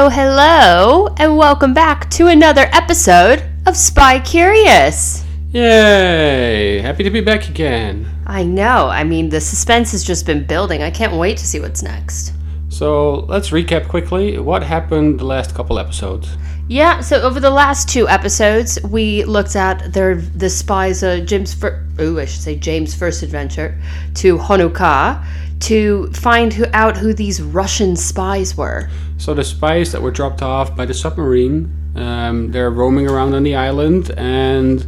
Hello, and welcome back to another episode of Spy Curious. Yay! Happy to be back again. I know, I mean, the suspense has just been building. I can't wait to see what's next. So let's recap quickly what happened the last couple episodes. Yeah, so over the last two episodes, we looked at their the spies uh, Jim's fir- ooh, I should say James' first adventure to Honoka to find who, out who these Russian spies were. So the spies that were dropped off by the submarine, um, they're roaming around on the island, and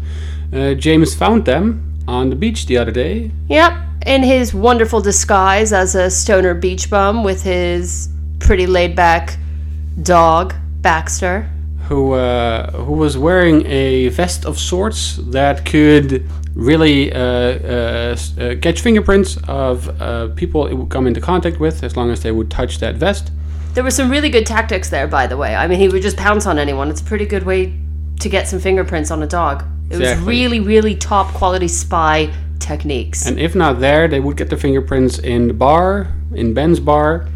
uh, James found them on the beach the other day. Yep, in his wonderful disguise as a stoner beach bum with his pretty laid back dog Baxter. Who uh, who was wearing a vest of sorts that could really uh, uh, s- uh, catch fingerprints of uh, people it would come into contact with as long as they would touch that vest. There were some really good tactics there, by the way. I mean, he would just pounce on anyone. It's a pretty good way to get some fingerprints on a dog. It was Exactly. really, really top quality spy techniques. And if not there, they would get their fingerprints in the bar, in Ben's bar,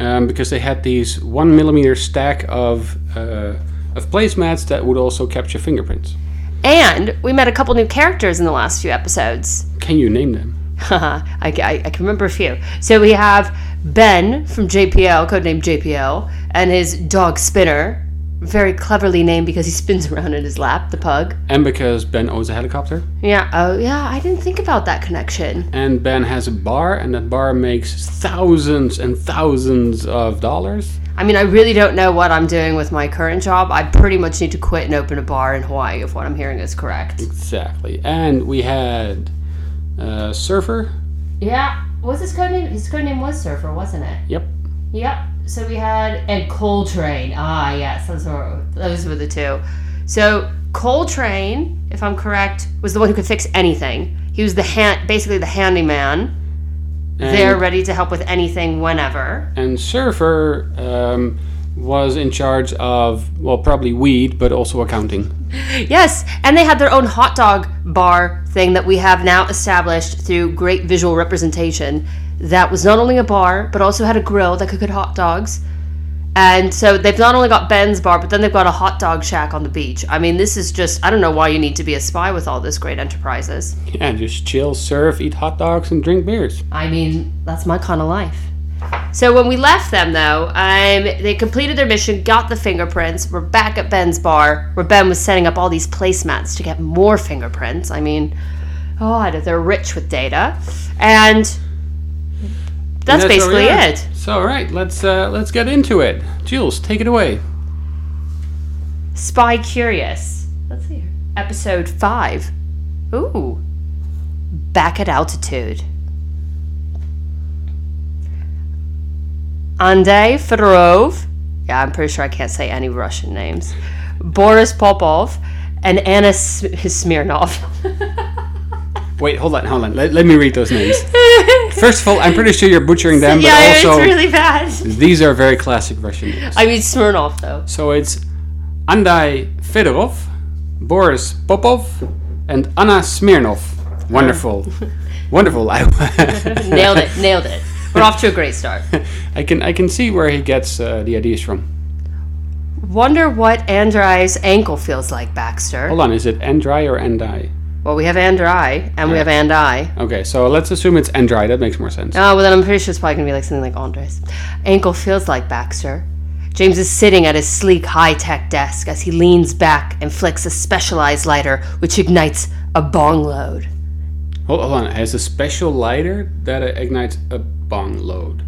um, because they had these one millimeter stack of uh, of placemats that would also capture fingerprints. and we met a couple new characters in the last few episodes. Can you name them? I, I, I can remember a few. So we have Ben from JPL, codenamed JPL, and his dog Spinner, very cleverly named because he spins around in his lap, the pug. And because Ben owns a helicopter, Yeah. Oh, yeah. I didn't think about that connection. and Ben has a bar, and that bar makes thousands and thousands of dollars. I mean, I really don't know what I'm doing with my current job. I pretty much need to quit and open a bar in Hawaii, if what I'm hearing is correct. Exactly. And we had uh, Surfer. Yeah. What's his codename? His codename was Surfer, wasn't it? Yep. Yep. So we had and Coltrane. Ah, yes, those were those were the two. So Coltrane, if I'm correct, was the one who could fix anything. He was the hand, basically the handyman. And- They're ready to help with anything whenever. and Surfer um, was in charge of well, probably weed, but also accounting. Yes, and they had their own hot dog bar thing that we have now established through great visual representation. That was not only a bar, but also had a grill that could cook hot dogs. And so they've not only got Ben's bar, but then they've got a hot dog shack on the beach. I mean, this is just, I don't know why you need to be a spy with all this great enterprises. Yeah, just chill, surf, eat hot dogs, and drink beers. I mean, that's my kind of life. So when we left them, though, um, they completed their mission, got the fingerprints. We're back at Ben's bar, where Ben was setting up all these placemats to get more fingerprints. I mean, oh, God, they're rich with data, and that's, And where we basically are. it. So, all right, let's uh, let's get into it. Jules, take it away. Spy Curious. Let's see here. Episode five. Ooh, back at altitude. Andrei Fedorov, yeah, I'm pretty sure I can't say any Russian names, Boris Popov, and Anna S- Smirnov. Wait, hold on, hold on. Let, let me read those names. First of all, I'm pretty sure you're butchering them, yeah, but also it's really bad. these are very classic Russian names. I mean, Smirnov, though. So it's Andai Fedorov, Boris Popov, and Anna Smirnov. Wonderful, wonderful. I Nailed it, nailed it. We're off to a great start. I can I can see where he gets uh, the ideas from. Wonder what Andrei's ankle feels like, Baxter. Hold on, is it Andrai or Andai? Well, we have and I, and we have and I. Okay, so let's assume it's Andrai. That makes more sense. Oh, well, then I'm pretty sure it's probably going to be like something like Andres. Ankle feels like Baxter. James is sitting at his sleek, high tech desk as he leans back and flicks a specialized lighter, which ignites a bong load. Hold, hold on, has a special lighter that uh, ignites a bong load.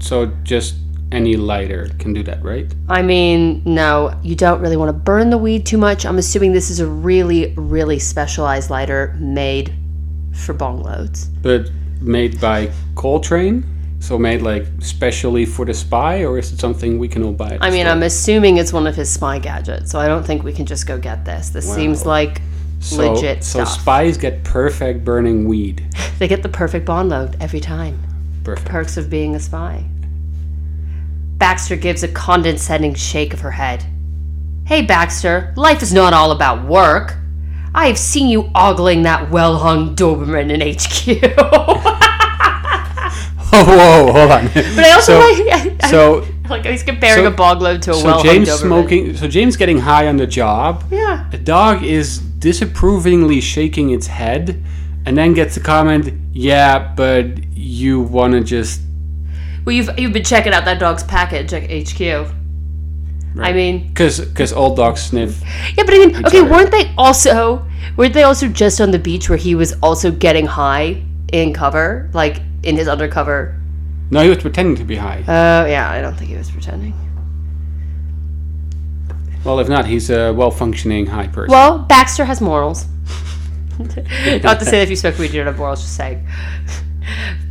So just any lighter can do that, right? I mean, no, you don't really want to burn the weed too much. I'm assuming this is a really, really specialized lighter made for bong loads. But made by Coltrane, so made like specially for the spy, or is it something we can all buy? At the I mean, store? I'm assuming it's one of his spy gadgets, so I don't think we can just go get this. This seems like uh, so, legit So stuff. spies get perfect burning weed. They get the perfect bond load every time. Perfect. Perks of being a spy. Baxter gives a condescending shake of her head. Hey, Baxter, life is not all about work. I have seen you ogling that well hung Doberman in HQ. but Oh, whoa, hold on. I also So- like. I- I- so Like he's comparing So- a bog load to a So well James Doberman. smoking. So James getting high on the job. Yeah. The dog is disapprovingly shaking its head, and then gets the comment, "Yeah, but you wanna just." Well, you've you've been checking out that dog's package at HQ. I mean, Cause, cause all dogs sniff. yeah, but I mean, okay, other. weren't they also weren't they also just on the beach where he was also getting high in cover, like in his undercover? No, he was pretending to be high. Oh yeah, I don't think he was pretending. Well, if not, he's a well-functioning high person. Well, Baxter has morals. Not to say that if you smoke weed you don't have morals, just saying.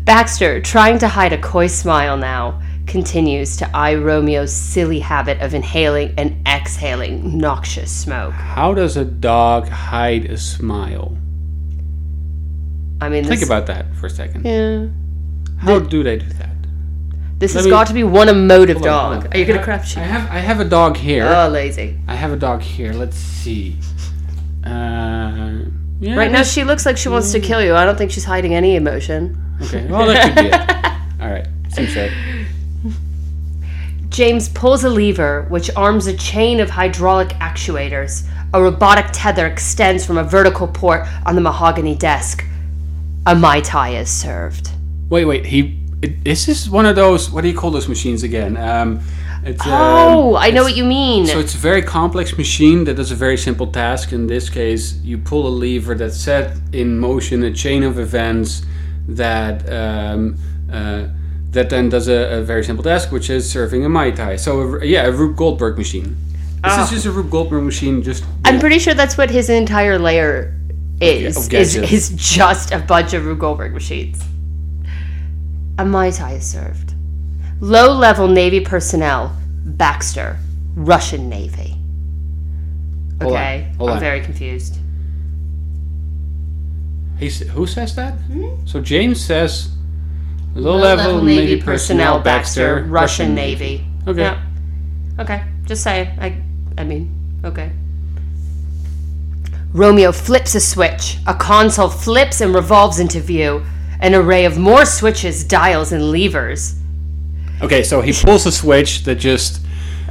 Baxter, trying to hide a coy smile now, continues to eye Romeo's silly habit of inhaling and exhaling noxious smoke. How does a dog hide a smile? I mean, this, Think about that for a second. Yeah. How do they do that? This has me- got to be one emotive Hold on, dog. hold on. Are you gonna I- crap I shit? have I have a dog here. Oh, lazy. I have a dog here. Let's see. Uh, yeah, Right now, she looks like she wants to Mm. kill you. I don't think she's hiding any emotion. Okay. Well, that could be it. All right. Seems right. James pulls a lever which arms a chain of hydraulic actuators. A robotic tether extends from a vertical port on the mahogany desk. A Mai Tai is served. Wait, wait. He. It, this is one of those. What do you call those machines again? Um, it's, um, oh, I know what you mean. So it's a very complex machine that does a very simple task. In this case, you pull a lever that set in motion a chain of events that um, uh, that then does a, a very simple task, which is serving a mai tai. So a r yeah, a Rube Goldberg machine. This is just a Rube Goldberg machine. Just I'm pretty sure that's what his entire layer is. Of Is, gadgets. is just a bunch of Rube Goldberg machines. A Mai Tai is served. Low level Navy personnel, Baxter, Russian Navy. Hold on, Okay, hold I'm on. very confused. He s- who says that? So James says, Hmm? low level Navy personnel Baxter, Russian, Navy. Okay. Yeah. Okay, just saying. I, I mean, okay. Romeo flips a switch. A console flips and revolves into view. An array of more switches, dials, and levers Okay, so he pulls a switch that just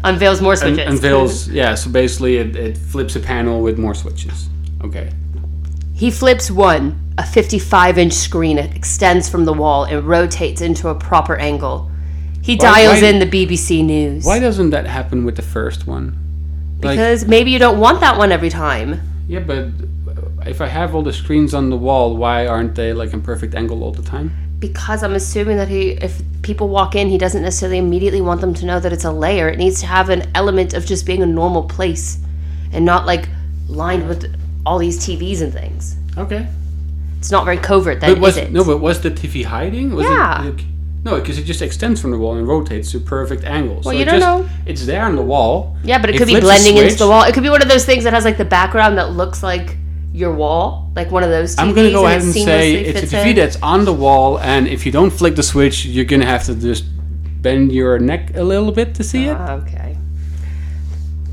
unveils more un- switches. unveils. Yeah, so basically it, it flips a panel with more switches. Okay. He flips one. A 55 inch screen extends from the wall and rotates into a proper angle. He dials why- in the BBC News. Why doesn't that happen with the first one? like- because maybe you don't want that one every time. Yeah, but if I have all the screens on the wall, why aren't they like in perfect angle all the time? because I'm assuming that he, if people walk in, he doesn't necessarily immediately want them to know that it's a layer. It needs to have an element of just being a normal place, and not like lined with all these TVs and things. Okay. It's not very covert. Then But was is it? no, but was the TV hiding? Was Yeah. It, like, no, because it just extends from the wall and rotates to perfect angles. Well, so you it don't just- know. It's there on the wall. yeah, but it, He could be flips a blending into switch. the wall. It could be one of those things that has like the background that looks like your wall, like one of those. TVs I'm gonna go it ahead and say seamlessly it's fits a TV in. that's on the wall, and if you don't flick the switch, you're gonna have to just bend your neck a little bit to see it. Ah, Uh-huh. Okay.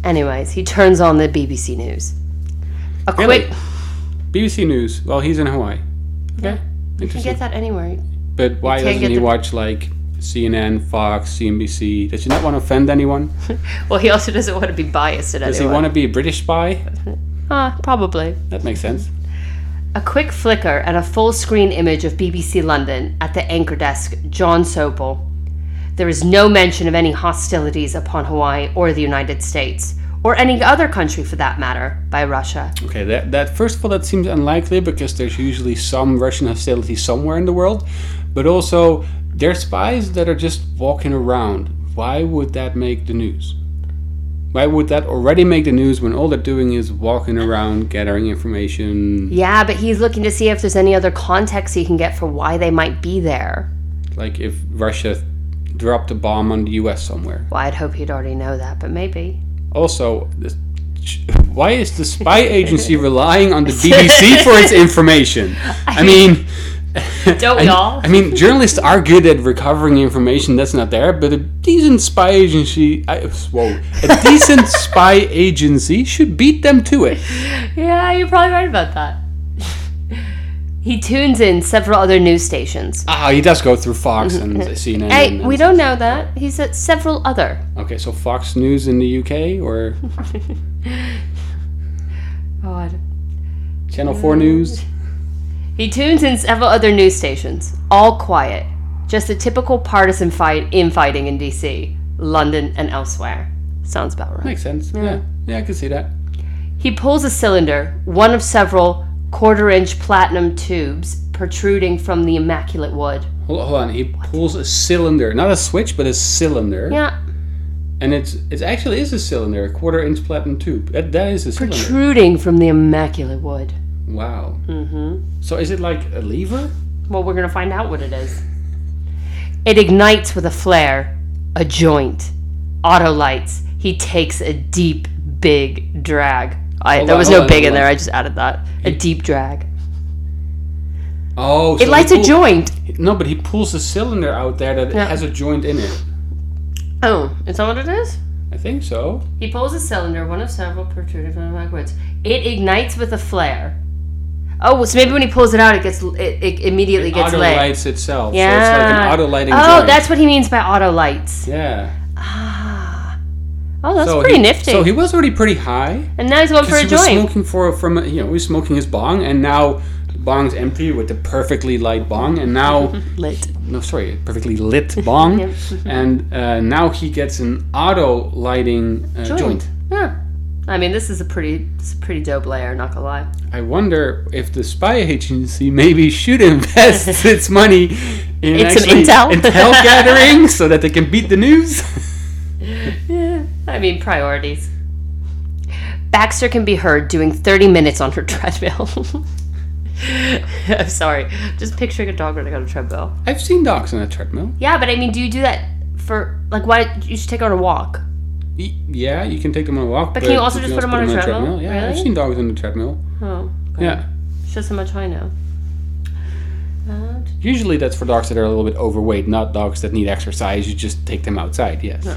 Anyways, he turns on the BBC News. A quick. Really? BBC News. Well, he's in Hawaii. Okay, You interesting. can get that anywhere. But why can't doesn't get he the- watch like CNN, Fox, CNBC? Does he not want to offend anyone? Well, he also doesn't want to be biased at anyone. Does he want to be a British spy? Ah, probably. That makes sense. A quick flicker and a full screen image of BBC London at the anchor desk, John Sopel. There is no mention of any hostilities upon Hawaii or the United States, or any other country for that matter, by Russia. Okay, that, that first of all, that seems unlikely because there's usually some Russian hostility somewhere in the world, but also they're spies that are just walking around. Why would that make the news? Why would that already make the news when all they're doing is walking around, gathering information? Yeah, but he's looking to see if there's any other context he can get for why they might be there. Like if Russia dropped a bomb on the U.S. somewhere. Well, I'd hope he'd already know that, but maybe. Also, this, why is the spy agency relying on the BBC for its information? I mean, Don't I, we all? I mean, journalists are good at recovering information that's not there, but a decent spy agency, I, whoa, a decent spy agency should beat them to it. Yeah, you're probably right about that. He tunes in several other news stations. Ah, he does go through Fox and CNN. Hey, and- we don't know that. He's at several other. Okay, so Fox News in the UK or God. Channel 4 News? He tunes in several other news stations. All quiet. Just a typical partisan fight infighting in DC, London, and elsewhere. Sounds about right. Makes sense. Yeah. yeah. I can see that. He pulls a cylinder, one of several quarter inch platinum tubes protruding from the immaculate wood. Hold, hold on. He pulls a cylinder, not a switch, but a cylinder. Yeah, And it's it actually is a cylinder, a quarter inch platinum tube. That, that is a cylinder. protruding from the immaculate wood. Wow. Mm-hmm. So is it like a lever? Well, we're gonna find out what it is. It ignites with a flare, a joint, auto lights. He takes a deep, big drag. I, Hold there on, was hold no on, big in hold on. there. I just added that. A deep drag. Oh, so It lights a joint. joint. No, but he pulls a cylinder out there that Yeah. has a joint in it. Oh, is that what it is? I think so. He pulls a cylinder, one of several protruding from the backwards. It ignites with a flare. Oh, so maybe when he pulls it out, it gets it, it immediately gets auto lit. lights itself. So it's like Yeah. an auto lighting oh, joint. that's what he means by auto lights. Yeah. Oh, that's so pretty he, nifty. So he was already pretty high. and now he's going for Because a he was joint. smoking for from a- you know, he was smoking his bong and now the bong's empty with the perfectly light bong and now Lit. no sorry, perfectly lit bong. Yep. And uh, now he gets an auto lighting uh, joint. Yeah. I mean, this is a pretty, it's a pretty dope layer. Not gonna lie. I wonder if the spy agency maybe should invest its money in It's an actually intel. intel gathering so that they can beat the news. Yeah. I mean, priorities. Baxter can be heard doing 30 minutes on her treadmill. I'm sorry. Just picturing a dog running on a treadmill. I've seen dogs on a treadmill. Yeah, but I mean, do you do that for like why you should take her on a walk? Y- Yeah, you can take them on a walk. But, can you also just put them on a treadmill? Yeah, I've Really? seen dogs on the treadmill. Oh, Yeah. shows how much I know. Uh, Usually that's for dogs that are a little bit overweight, not dogs that need exercise. You just take them outside, yes.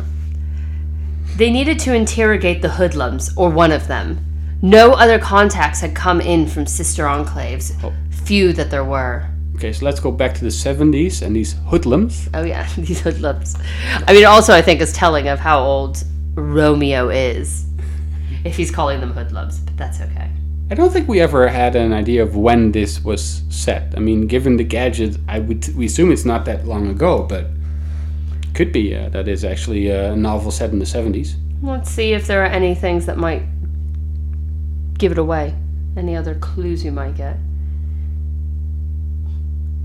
They needed to interrogate the hoodlums, or one of them. No other contacts had come in from sister enclaves, few that there were. Okay, so let's go back to the 70s and these hoodlums. Oh, yeah, these hoodlums. I mean, also, I think is telling of how old Romeo is if he's calling them hoodlums, but that's okay. I don't think we ever had an idea of when this was set. I mean, given the gadget, I would we assume it's not that long ago, but could be uh, that is actually a novel set in the 70s. Let's see if there are any things that might give it away. Any other clues you might get.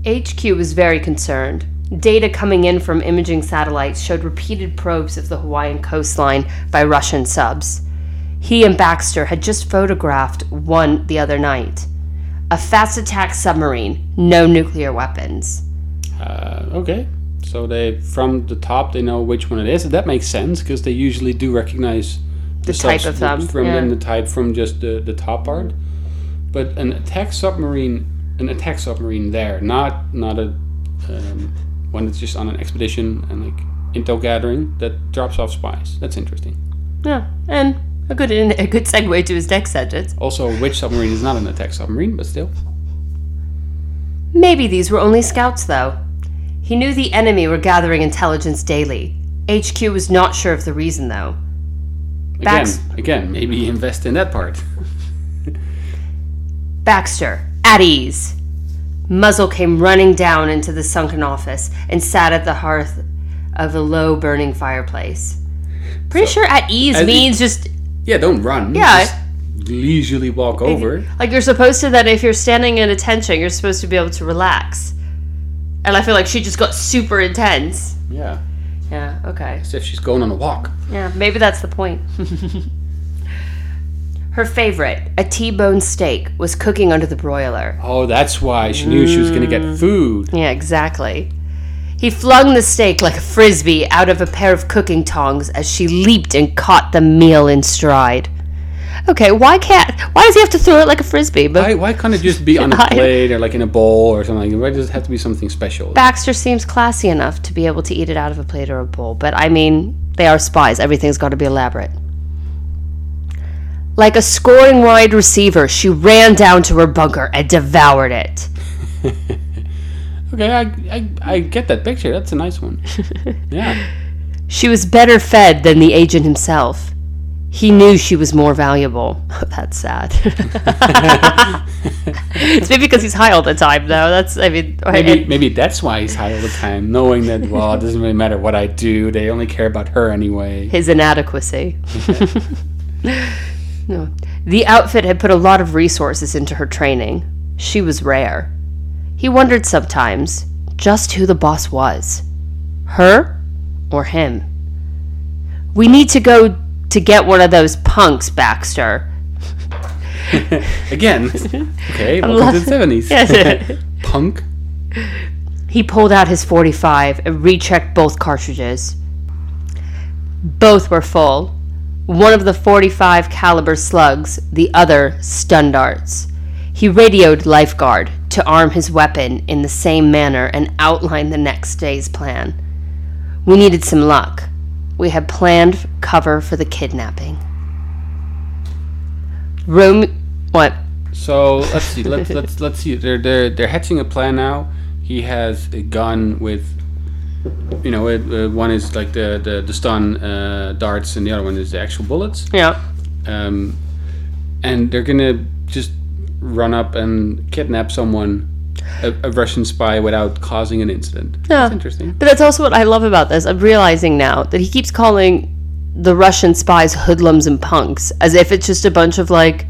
HQ was very concerned. Data coming in from imaging satellites showed repeated probes of the Hawaiian coastline by Russian subs. He and Baxter had just photographed one the other night. A fast attack submarine, no nuclear weapons. Uh, okay. So they from the top they know which one it is. That makes sense because they usually do recognize the, type subs- of them, from yeah. and the type from just the, the top part. But an attack submarine, an attack submarine there, not not a um, one that's just on an expedition and like intel gathering that drops off spies. That's interesting. Yeah, and a good a good segue to his next sentence. Also, which submarine is not an attack submarine, but still. Maybe these were only scouts, though. He knew the enemy were gathering intelligence daily. HQ was not sure of the reason, though. Again, Bax- again, maybe invest in that part. Baxter, at ease. Muzzle came running down into the sunken office and sat at the hearth of the low burning fireplace. Pretty sure at ease as he- means just Yeah, don't run. Yeah. Just leisurely walk over. like you're supposed to, that if you're standing at attention, you're supposed to be able to relax. And I feel like she just got super intense. Yeah. Yeah, okay. As if she's going on a walk. Yeah, maybe that's the point. Her favorite, a T-bone steak, was cooking under the broiler. Oh, that's why she knew she was going to get food. Yeah, exactly. He flung the steak like a frisbee out of a pair of cooking tongs as she leaped and caught the meal in stride. Okay, why can't? Why does he have to throw it like a frisbee? But Why, why can't it just be on a I- plate or like in a bowl or something? Why does it have to be something special? Baxter seems classy enough to be able to eat it out of a plate or a bowl, but I mean, they are spies. Everything's got to be elaborate. Like a scoring wide receiver, she ran down to her bunker and devoured it. okay, I, I, I get that picture. That's a nice one. Yeah. She was better fed than the agent himself. He knew she was more valuable. That's sad. it's maybe because he's high all the time, though. That's, I mean, I- Maybe, and- maybe that's why he's high all the time, knowing that, well, it doesn't really matter what I do. They only care about her anyway. his inadequacy. no. The outfit had put a lot of resources into her training. She was rare. He wondered sometimes just who the boss was her or him. We need to go to get one of those punks, Baxter. Again. Okay, welcome to the 70s. Yes. Punk. He pulled out his 45 and rechecked both cartridges. Both were full. One of the 45 caliber slugs, the other stun darts. He radioed lifeguard to arm his weapon in the same manner and outlined the next day's plan. We needed some luck. We had planned cover for the kidnapping. Rome what? So let's see. Let's let's let's see. They're they're they're hatching a plan now. He has a gun with, you know, it, uh, one is like the the, the stun uh, darts, and the other one is the actual bullets. Yeah. Um, and they're gonna just run up and kidnap someone, a, a Russian spy, without causing an incident. That's interesting. But that's also what I love about this. I'm realizing now that he keeps calling the Russian spies hoodlums and punks as if it's just a bunch of like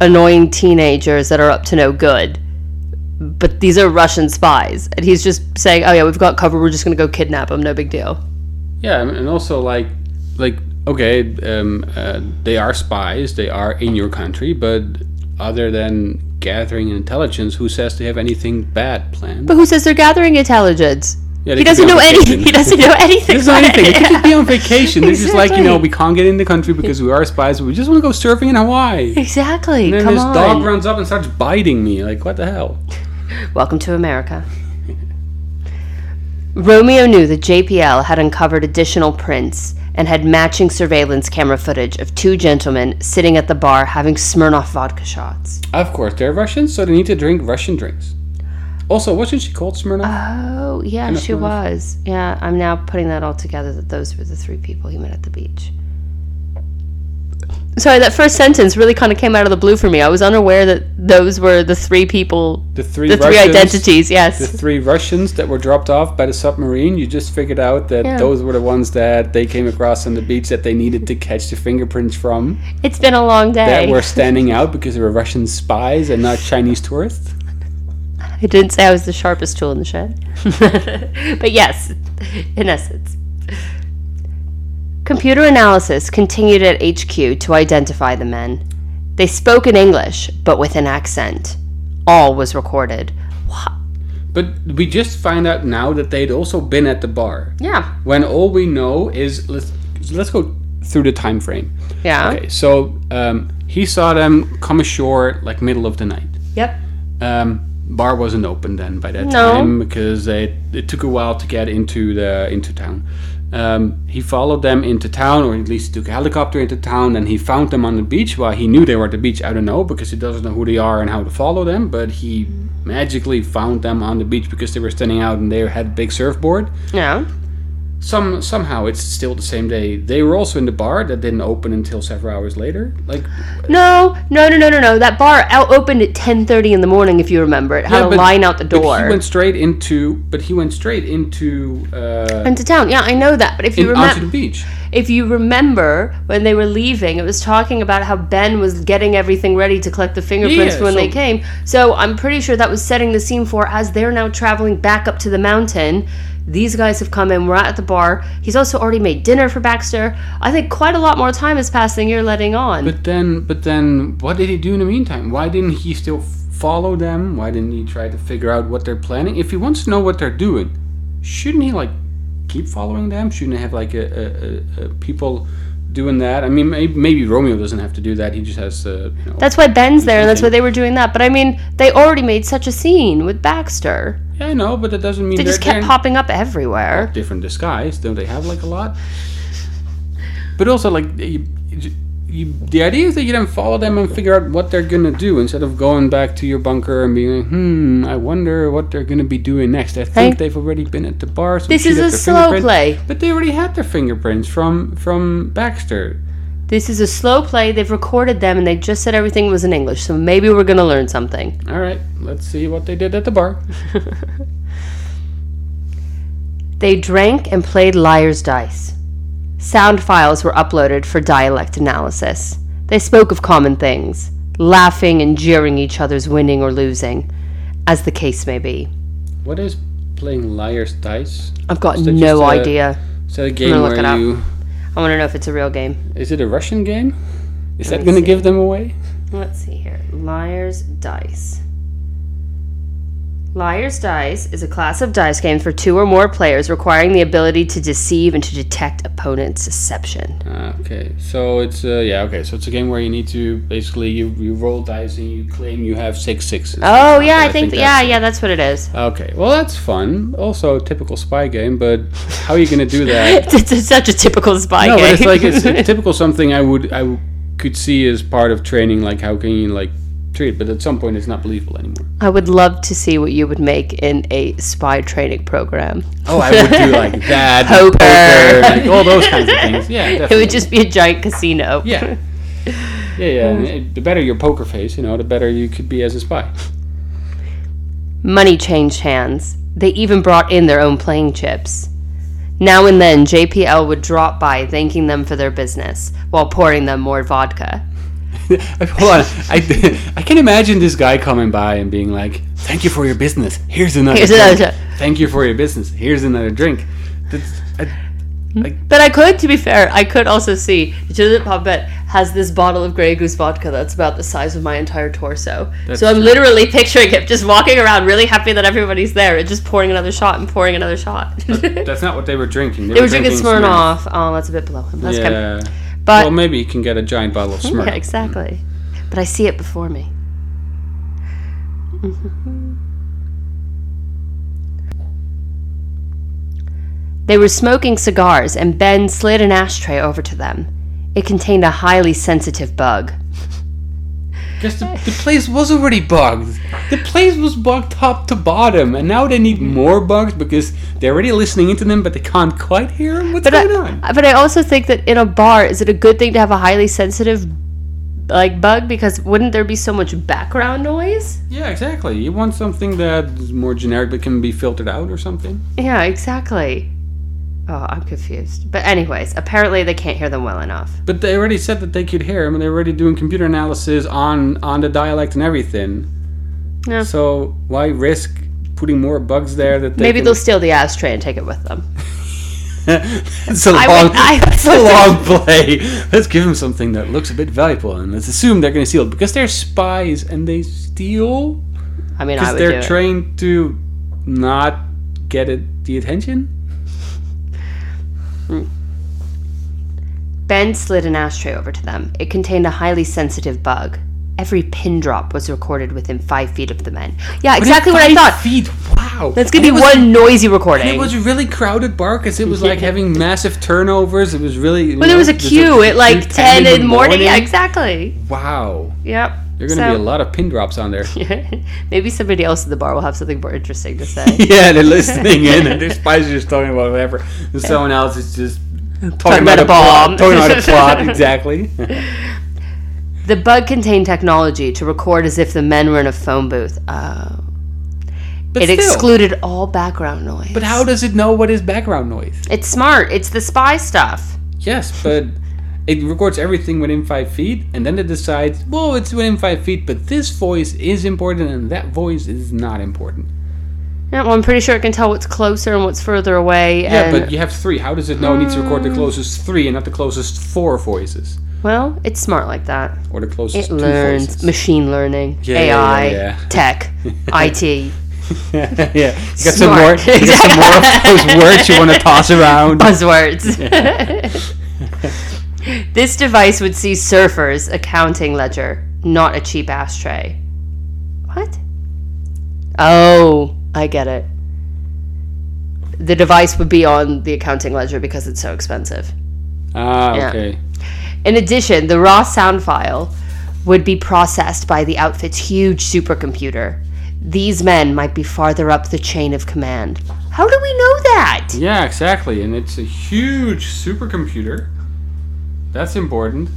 annoying teenagers that are up to no good. But these are Russian spies. And he's just saying, oh yeah, we've got cover. We're just going to go kidnap them. No big deal. Yeah, and and also like like okay, um, uh, they are spies. They are in your country, but other than gathering intelligence, who says they have anything bad planned? But who says they're gathering intelligence? Yeah, they He could doesn't be on know anything. vacation. He doesn't know anything. There's not about anything. They could it. just be on vacation. They're just like you know, Exactly. we can't get in the country because we are spies. But we just want to go surfing in Hawaii. Exactly. And Come this on. dog runs up and starts biting me. Like what the hell? Welcome to America. Romeo knew that JPL had uncovered additional prints and had matching surveillance camera footage of two gentlemen sitting at the bar having Smirnoff vodka shots. Of course, they're Russians, so they need to drink Russian drinks. Also, wasn't she called Smirnoff? Oh, yeah, she Smirnoff. was. Yeah, I'm now putting that all together that those were the three people he met at the beach. Sorry, that first sentence really kind of came out of the blue for me. I was unaware that those were the three people, the three the three Russians, identities, The yes. three Russians that were dropped off by the submarine. You just figured out that Yeah. those were the ones that they came across on the beach that they needed to catch the fingerprints from. It's been a long day. That were standing out because they were Russian spies and not Chinese tourists. I didn't say I was the sharpest tool in the shed. but yes, in essence. Computer analysis continued at HQ to identify the men. They spoke in English, but with an accent. All was recorded. But we just find out now that they'd also been at the bar. Yeah. When all we know is let's let's go through the time frame. Yeah. Okay, so um, he saw them come ashore like middle of the night. Yep. Um, bar wasn't open then by that No. time because they, it took a while to get into the into town. Um, he followed them into town, or at least took a helicopter into town, and he found them on the beach. Well, he knew they were at the beach. I don't know because he doesn't know who they are and how to follow them. But he magically found them on the beach because they were standing out and they had a big surfboard. Yeah. Some somehow it's still the same day. They were also in the bar that didn't open until several hours later. Like No, no, no, no, no, no. That bar out opened at 10.30 in the morning, if you remember. It had Yeah, a but- line out the but door. he went straight into. But he went straight into. Uh, into town. Yeah, I know that. But if you in- remember... onto the beach. If you remember, when they were leaving, it was talking about how Ben was getting everything ready to collect the fingerprints Yeah, when they so- came. So I'm pretty sure that was setting the scene for as they're now traveling back up to the mountain. These guys have come in. We're at the bar. He's also already made dinner for Baxter. I think quite a lot more time has passed than you're letting on. But then, but then, what did he do in the meantime? Why didn't he still f- follow them? Why didn't he try to figure out what they're planning? If he wants to know what they're doing, shouldn't he like keep following them? Shouldn't he have like a, a, a, a people doing that? I mean, maybe, maybe Romeo doesn't have to do that. He just has to. You know, that's why Ben's there, and that's why they were doing that. But I mean, they already made such a scene with Baxter. yeah, I know, but that doesn't mean They just they're- Oh. kept they're- popping up everywhere. different disguise. Don't they have like a lot? But also like you, you, you, the idea is that you then follow them and figure out what they're gonna do instead of going back to your bunker and being like, hmm, I wonder what they're gonna be doing next. I think Hey. they've already been at the bar. So This she is left a her slow fingerprint." play. But they already had their fingerprints from from Baxter. This is a slow play. They've recorded them and they just said everything was in English, so maybe we're going to learn something. All right, let's see what they did at the bar. They drank and played liar's dice. Sound files were uploaded for dialect analysis. They spoke of common things, laughing and jeering each other's winning or losing, as the case may be. What is playing liar's dice? I've got that no just a- idea. Is that a game gonna look it where up. you? I want to know if it's a real game. Is it a Russian game? Is Let that me gonna see. give them away? Let's see here. Liar's Dice. Liar's Dice is a class of dice game for two or more players requiring the ability to deceive and to detect opponents' deception. Ah, okay, so it's uh, yeah, okay, so it's a game where you need to basically you, you roll dice and you claim you have six sixes. Oh, yeah, I think, yeah, that's- yeah, that's what it is. Okay, well that's fun. Also, a typical spy game, but how are you gonna do that? it's, it's such a typical spy no, game. but it's like it's a typical something I would I w- could see as part of training, like how can you like treat? But at some point, it's not believable anymore. I would love to see what you would make in a spy training program. Oh, I would do like that, Poker. like all those kinds of things. Yeah, It definitely. would just be a giant casino. yeah. Yeah, yeah. and it- the better your poker face, you know, the better you could be as a spy. Money changed hands. They even brought in their own playing chips. Now and then, JPL would drop by thanking them for their business while pouring them more vodka. Hold on, I, I can imagine this guy coming by and being like, "Thank you for your business. Here's another. Here's drink. another- Thank you for your business. Here's another drink." That's, I, But I could, to be fair, I could also see Joseph Pabet has this bottle of Grey Goose vodka that's about the size of my entire torso. so I'm true. literally picturing him just walking around, really happy that everybody's there, and just pouring another shot and pouring another shot. they that's not what they were drinking. were drinking Smirnoff. Oh, that's a bit below him. That's kind of, Yeah. but well, maybe you can get a giant bottle of Smirnoff. Yeah, exactly. But I see it before me. Mm-hmm. They were smoking cigars, and Ben slid an ashtray over to them. It contained a highly sensitive bug. Because the, the place was already bugged. The place was bugged top to bottom, and now they need more bugs because they're already listening into them, but they can't quite hear them. What's But uh, going on? I, but I also think that in a bar, is it a good thing to have a highly sensitive like bug? Because wouldn't there be so much background noise? Yeah, exactly. You want something that is more generic but can be filtered out or something. Yeah, exactly. Oh, I'm confused. But anyways, apparently they can't hear them well enough. But they already said that they could hear him, and they're already doing computer analysis on on the dialect and everything. Yeah. So why risk putting more bugs there that they Maybe can- they'll steal the ashtray and take it with them. That's a long, I would- I that's a would- long play. Let's give them something that looks a bit valuable, and let's assume they're going to steal it because they're spies and they steal I mean, I because would they're do it. trained to not get it, the attention. Ben slid an ashtray over to them. It contained a highly sensitive bug. Every pin drop was recorded within five feet of the men. Yeah, exactly what I Five thought. Feet. Wow. That's gonna be And it was- one noisy recording. It was a really crowded bar because it was like having massive turnovers. It was really. you but there know, was a there's queue at like queue 10 in the morning. Yeah, exactly. Wow. Yep. There are going to be a lot of pin drops on there. Maybe somebody else at the bar will have something more interesting to say. yeah, they're listening in, and their spies are just talking about whatever. And someone else is just talking, about a plot- bomb. Talking about a plot, exactly. The bug contained technology to record as if the men were in a phone booth. Oh. But it still, excluded all background noise. But how does it know what is background noise? It's smart. It's the spy stuff. Yes, but it records everything within five feet, and then it decides, well, it's within five feet, but this voice is important, and that voice is not important. Yeah, well, I'm pretty sure it can tell what's closer and what's further away. Yeah, and, Um, but you have three. How does it know it needs to record the closest three and not the closest four voices? well, it's smart like that. Or the closest It two learns voices? machine learning, Yeah, yeah, AI, yeah, yeah. tech, IT, yeah. You got some Smart. more, you got some more of those words you want to toss around. buzzwords. this device would see Surfer's accounting ledger, not a cheap ashtray. What? Oh, I get it. The device would be on the accounting ledger because it's so expensive. Ah, Yeah. okay. In addition, the raw sound file would be processed by the outfit's huge supercomputer. These men might be farther up the chain of command. How do we know that? Yeah, exactly. And it's a huge supercomputer. That's important.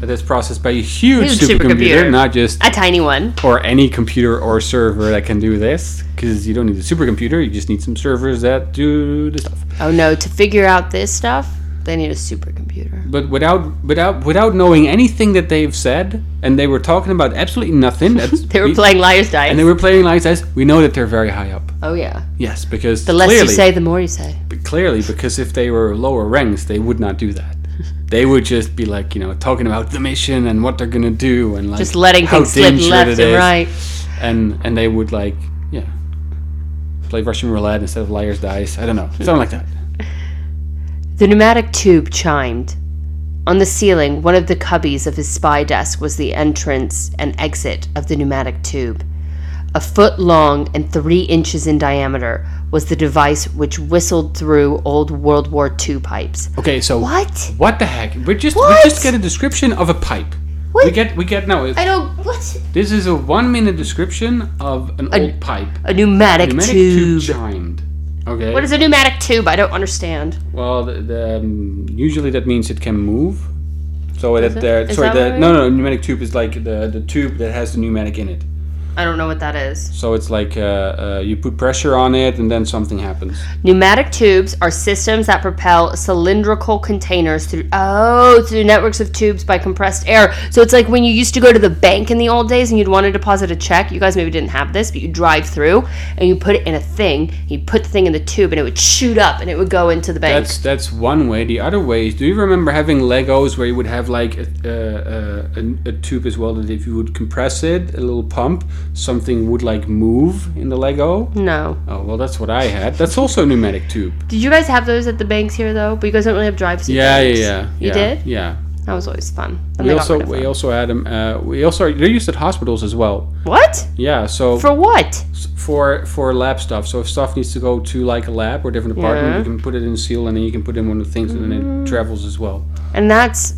That it's processed by a huge, Huge supercomputer, supercomputer. not just A tiny one. or any computer or server that can do this. Because you don't need a supercomputer. You just need some servers that do the stuff. Oh no, to figure out this stuff, they need a supercomputer. But without without without knowing anything that they've said, and they were talking about absolutely nothing. That's, They were we- playing liar's dice. and they were playing like this. We know that they're very high up. oh yeah. Yes, because The less clearly, you say, the more you say. clearly because if they were lower ranks they would not do that they would just be like you know talking about the mission and what they're gonna do and like Just letting how things slip dangerous left it and is. right. and and they would like yeah play russian roulette instead of liar's dice i don't know something like that The pneumatic tube chimed. On the ceiling, one of the cubbies of his spy desk was the entrance and exit of the pneumatic tube. A foot long and three inches in diameter was the device which whistled through old World War II pipes. okay so What? what the heck we just What? we just get a description of a pipe we What? get we get no I don't. What? this is a one minute description of an old pipe A pneumatic, pneumatic tube. tube chimed okay What is a pneumatic tube? I don't understand. Well, the, the, um, usually that means it can move. So that it? the Is sorry, that the, what it no, no, pneumatic tube is like the, the tube that has the pneumatic in it. I don't know what that is. So it's like uh, uh, you put pressure on it, and then something happens. Pneumatic tubes are systems that propel cylindrical containers through oh through networks of tubes by compressed air. So it's like when you used to go to the bank in the old days and you'd want to deposit a check. You guys maybe didn't have this, but you drive through and you put it in a thing. You put the thing in the tube and it would shoot up and it would go into the bank. That's that's one way. The other way is, do you remember having Legos where you would have like a, a, a, a tube as well that if you would compress it, a little pump, something would like move in the Lego. no. Oh well, that's what I had. That's also a pneumatic tube. Did you guys have those at the banks here though? But you guys don't really have drive through Yeah, yeah, yeah. You yeah, did? Yeah. That was always fun. Then We they got also rid of we them. also had them. Uh, we also they're used at hospitals as well. What? Yeah, so for For what? for, for lab stuff. So if stuff needs to go to like a lab or different department, Yeah. Mm-hmm. you can put it in a seal and then you can put it in one of the things and then it travels as well. And that's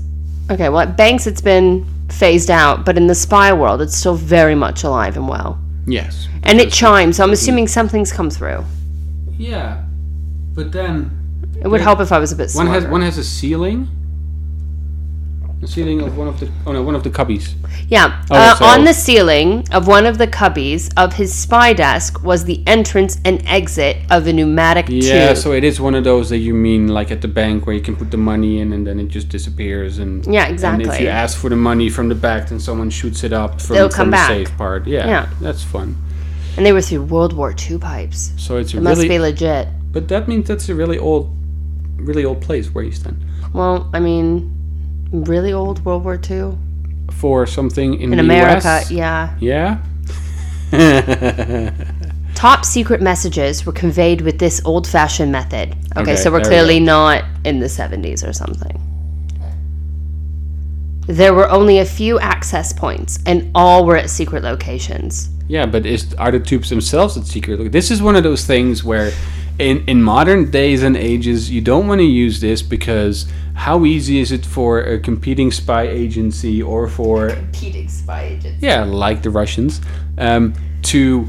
okay. Well, at banks it's been phased out, but in the spy world, it's still very much alive and well. Yes. And it chimes, Mm-hmm. so I'm assuming something's come through. Yeah, but then It would help if I was a bit one smarter. has one has a ceiling. The ceiling of one of the oh no one of the cubbies. Yeah. Oh, uh, so- On the ceiling of one of the cubbies of his spy desk was the entrance and exit of a pneumatic Yeah, tube. so it is one of those that you mean like at the bank where you can put the money in and then it just disappears and Yeah, And if you exactly. ask for the money from the back, then someone shoots it up from, They'll from come the back. safe part. Yeah, Yeah. that's fun. and they were through World War II pipes. So it's a It must really, be legit. but that means that's a really old, really old place where you stand Well, I mean, really old World War II for something in, in the America. US? Yeah. Yeah. Top secret messages were conveyed with this old fashioned method. Okay, Okay, so we're there we clearly not in the 70s or something. There were only a few access points, and all were at secret locations. Yeah, but is are the tubes themselves a secret? Look, this is one of those things where, in in modern days and ages, you don't want to use this because how easy is it for a competing spy agency or for Competing spy agents. yeah, like the Russians, um, to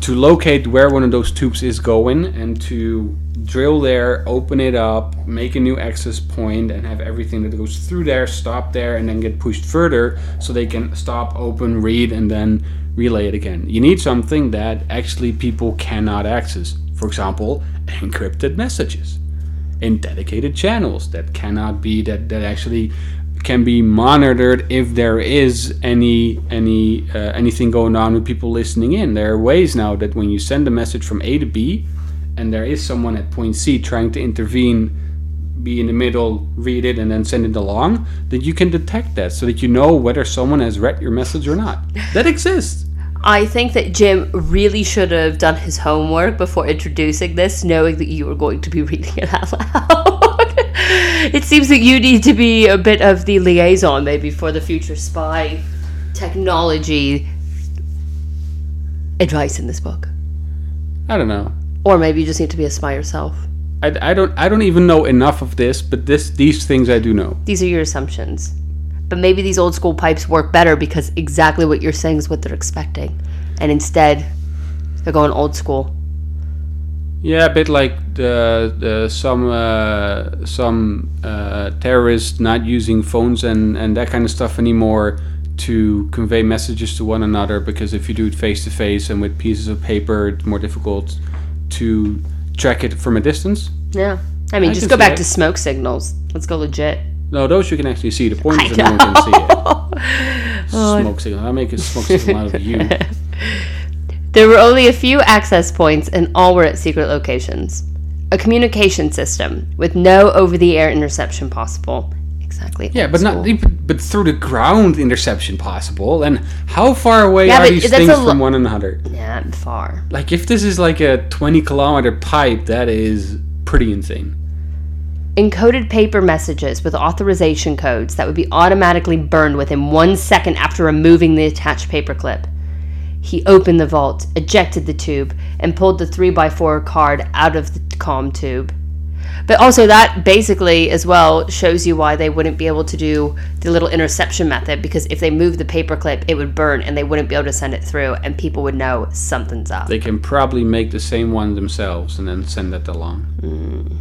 to locate where one of those tubes is going and to drill there, open it up, make a new access point, and have everything that goes through there stop there and then get pushed further so they can stop, open, read, and then relay it again. You need something that actually people cannot access. For example, encrypted messages in dedicated channels that cannot be that that actually can be monitored if there is any any uh, anything going on with people listening in. There are ways now that when you send a message from A to B, and there is someone at point C trying to intervene, be in the middle, read it, and then send it along, that you can detect that so that you know whether someone has read your message or not. That exists. I think that Jim really should have done his homework before introducing this, knowing that you were going to be reading it out loud. it seems that you need to be a bit of the liaison, maybe, for the future spy technology advice in this book. I don't know. Or maybe you just need to be a spy yourself. I, I don't I don't even know enough of this, but this these things I do know. These are your assumptions. But maybe these old school pipes work better because exactly what you're saying is what they're expecting. And instead, they're going old school. Yeah, a bit like the, the some uh, some uh, terrorists not using phones and, and that kind of stuff anymore to convey messages to one another because if you do it face to face and with pieces of paper, it's more difficult to track it from a distance. Yeah. I mean, I just can go see back that. to smoke signals. Let's go legit. No, those you can actually see. The point is I that no one can see it. Oh. Smoke signal. I make a smoke signal out of you. There were only a few access points, and all were at secret locations. A communication system with no over the air interception possible. Exactly. Yeah, old but school. not but through the ground interception possible. And how far away Yeah, are but these that's things a from lo- one another? Not far. Like if this is like a 20 kilometer pipe, that is pretty insane. Encoded paper messages with authorization codes that would be automatically burned within one second after removing the attached paperclip. He opened the vault, ejected the tube, and pulled the 3x4 card out of the comm tube. But also, that basically, as well, shows you why they wouldn't be able to do the little interception method because if they moved the paperclip, it would burn and they wouldn't be able to send it through, and people would know something's up. They can probably make the same one themselves and then send that along.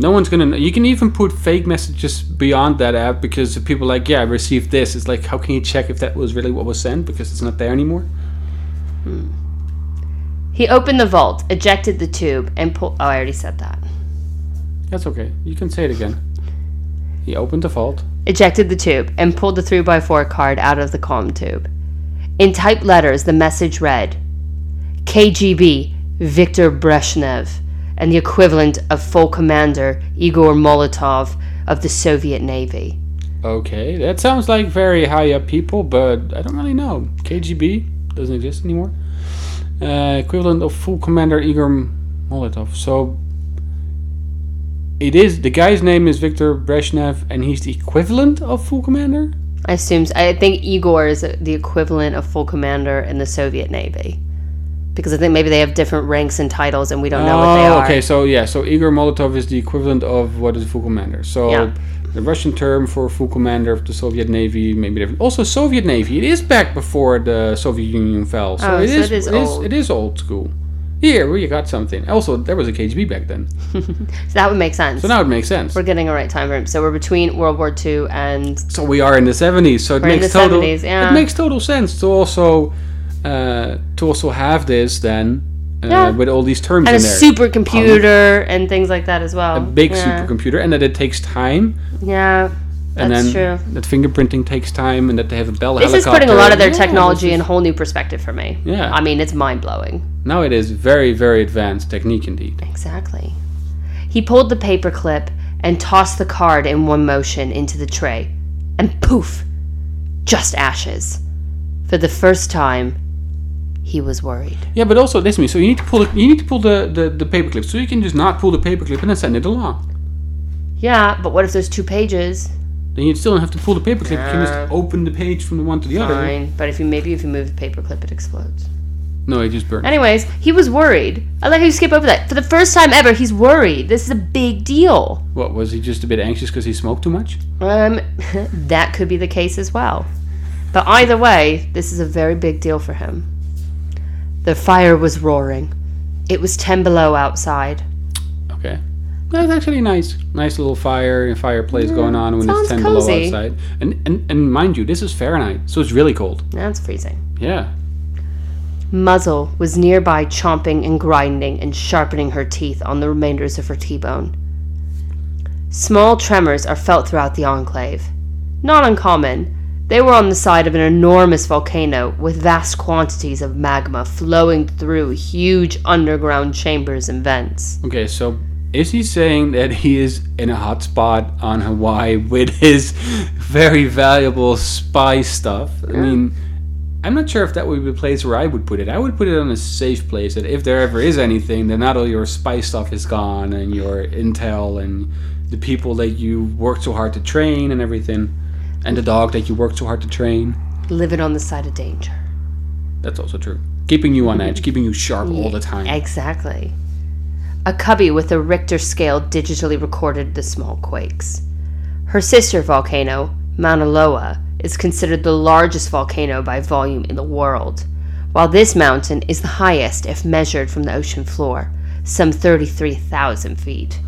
No one's gonna. Know. You can even put fake messages beyond that app because if people are like, yeah, I received this. It's like, how can you check if that was really what was sent because it's not there anymore? He opened the vault, ejected the tube, and pulled. Oh, I already said that. That's okay. You can say it again. He opened the vault. ejected the tube, and pulled the 3x4 card out of the comm tube. In typed letters, the message read KGB Viktor Brezhnev and the equivalent of full commander Igor Molotov of the Soviet Navy. Okay, that sounds like very high up people, but I don't really know. KGB doesn't exist anymore. Uh, equivalent of full commander Igor Molotov. So it is the guy's name is Viktor Brezhnev, and he's the equivalent of full commander. I assume I think Igor is the equivalent of full commander in the Soviet Navy. Because I think maybe they have different ranks and titles and we don't know what they oh, are. okay. So yeah, so Igor Molotov is the equivalent of what is full commander. So Yeah. the Russian term for full commander of the Soviet Navy, maybe different. Also, Soviet Navy. It is back before the Soviet Union fell. So, Oh, it, so is, it is it is old. it is old school. Here we got something. Also, there was a KGB back then, So that would make sense. so now it makes sense. we're getting a right time frame. So we're between World War II and So we are in the seventies. So it We're in makes the total 70s, yeah. it makes total sense to also uh, to also have this then uh, Yeah. with all these terms and a in there. supercomputer and things like that as well. a big yeah. supercomputer, and that it takes time. Yeah, and that's then true. that fingerprinting takes time and that they have a bell This is helicopter. putting a lot of their Yeah, technology this in is- a whole new perspective for me. Yeah. I mean, it's mind blowing. now it is very very advanced technique indeed Exactly. He pulled the paperclip and tossed the card in one motion into the tray, and poof, just ashes. For the first time, he was worried. yeah but also listen to me so you need to pull the, you need to pull the, the the paperclip so you can just not pull the paperclip and then send it along Yeah, but what if there's two pages? then you still don't have to pull the paperclip you can just open the page from the one to the other Fine, but if you maybe if you move the paperclip, it explodes. no it just burned Anyways, he was worried. I like how you skip over that. For the first time ever, he's worried. This is a big deal. what was he just a bit anxious because he smoked too much Um, that could be the case as well. But either way, this is a very big deal for him. The fire was roaring. It was 10 below outside. okay that's actually nice nice little fire and fireplace going on when sounds it's 10 below cozy. outside and, and and mind you this is fahrenheit so it's really cold Now it's freezing. yeah Muzzle was nearby, chomping and grinding and sharpening her teeth on the remainders of her T bone. Small tremors are felt throughout the enclave. Not uncommon, they were on the side of an enormous volcano with vast quantities of magma flowing through huge underground chambers and vents. Okay, so is he saying that he is in a hot spot on Hawaii with his very valuable spy stuff? I mean, I'm not sure if that would be the place where I would put it. I would put it on a safe place that if there ever is anything, then not all your spy stuff is gone and your intel and the people that you worked so hard to train and everything, and the dog that you worked so hard to train. Living on the side of danger. That's also true. Keeping you on edge, keeping you sharp all the time. Exactly. A cubby with a Richter scale digitally recorded the small quakes. Her sister volcano, Mauna Loa, is considered the largest volcano by volume in the world, while this mountain is the highest if measured from the ocean floor, some 33,000 feet.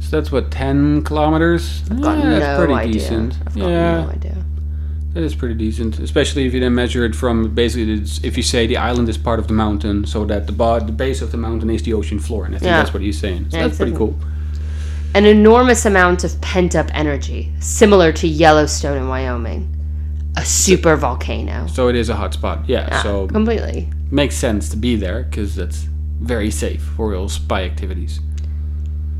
So that's what ten kilometers. I've got yeah, no that's pretty idea. decent. I've got yeah, no idea. that is pretty decent. Especially if you then measure it from basically, it's, if you say the island is part of the mountain, so that the bo- the base of the mountain is the ocean floor, and I think Yeah. that's what he's saying. So Yeah, that's pretty cool. An enormous amount of pent up energy, similar to Yellowstone in Wyoming. A super volcano. So it is a hot spot. Yeah. So Completely. makes sense to be there because that's very safe for all spy activities.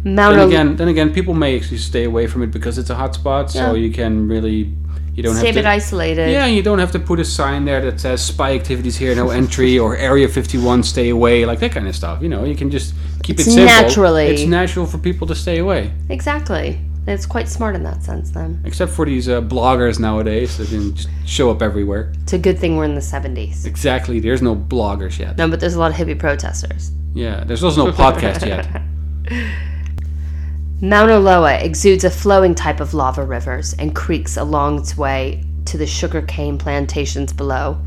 Mauna Then again, then again, people may actually stay away from it because it's a hot spot, so Yeah. you can really you don't Save have it to. isolated. Yeah, you don't have to put a sign there that says spy activities here, no entry, or Area 51, stay away, like that kind of stuff. You know, you can just keep It's it simple. naturally- It's natural for people to stay away, Exactly. It's quite smart in that sense, then. except for these uh, bloggers nowadays that can just show up everywhere. It's a good thing we're in the 70s. Exactly, there's no bloggers yet. No, but there's a lot of hippie protesters. Yeah, there's also no podcast yet. Mauna Loa exudes a flowing type of lava rivers and creeks along its way to the sugarcane plantations below,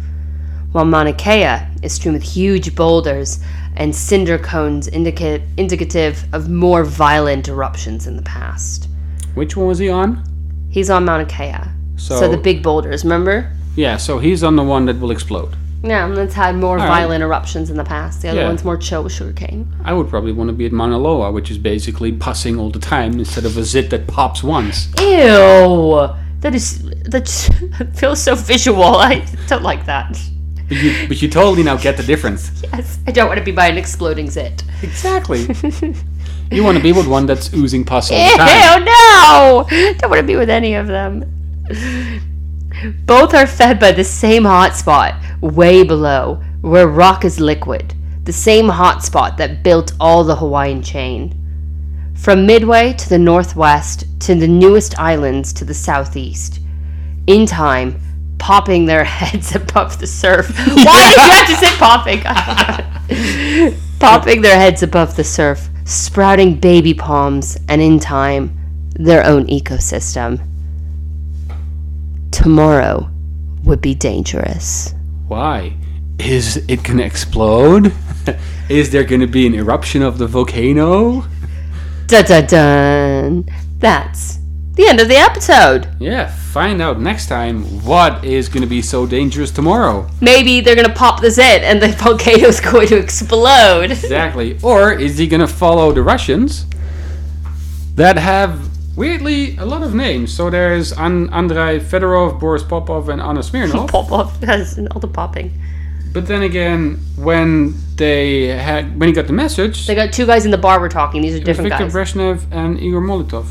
while Mauna Kea is strewn with huge boulders and cinder cones indica- indicative of more violent eruptions in the past. Which one was he on? He's on Mauna Kea, so, So- the big boulders, remember? Yeah, so he's on the one that will explode. Yeah, and that's had more right. violent eruptions in the past. The other Yeah. one's more chill with sugarcane. I would probably want to be at Mauna Loa, which is basically pussing all the time instead of a zit that pops once. Ew! That is that just- that feels so visual. I don't like that. But you, but you totally now get the difference. Yes, I don't want to be by an exploding zit. Exactly. you want to be with one that's oozing pus all Ew, the time. no! Don't want to be with any of them. Both are fed by the same hotspot, way below, where rock is liquid. The same hotspot that built all the Hawaiian chain. From midway to the northwest, to the newest islands to the southeast. In time, popping their heads above the surf. Why did you have to say popping? popping their heads above the surf, sprouting baby palms, and in time, their own ecosystem. Tomorrow would be dangerous. Why? Is it going to explode? Is there going to be an eruption of the volcano? Dun dun dun. That's the end of the episode. Yeah, find out next time what is going to be so dangerous tomorrow. Maybe they're gonna pop the zit and the volcano's going to explode. Exactly. Or is he going to follow the Russians that have weirdly a lot of names? So there's An- Andrei Fedorov, Boris Popov, and Anna Smirnov. Pop off has all the popping. But then again, when they had when he got the message, They got two guys in the bar were talking. These are it was different Viktor guys. Brezhnev and Igor Molotov.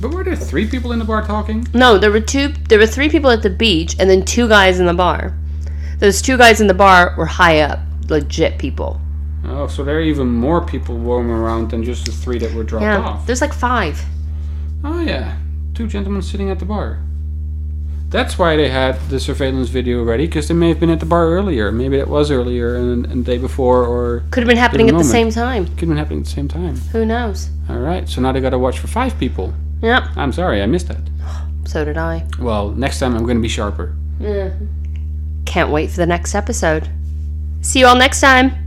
But were there three people in the bar talking? No, there were two. There were three people at the beach, and then two guys in the bar. Those two guys in the bar were high up, legit people. Oh, so there are even more people roaming around than just the three that were dropped Yeah, off. there's like five. Oh yeah, two gentlemen sitting at the bar. That's why they had the surveillance video ready, because they may have been at the bar earlier. Maybe it was earlier and, and the day before, or Could have been happening at Different the same moment. time. could have been happening at the same time. Who knows? All right, so now they got to watch for five people. Yep. I'm sorry, I missed that. So did I. Well, next time I'm going to be sharper. Can't wait for the next episode. See you all next time.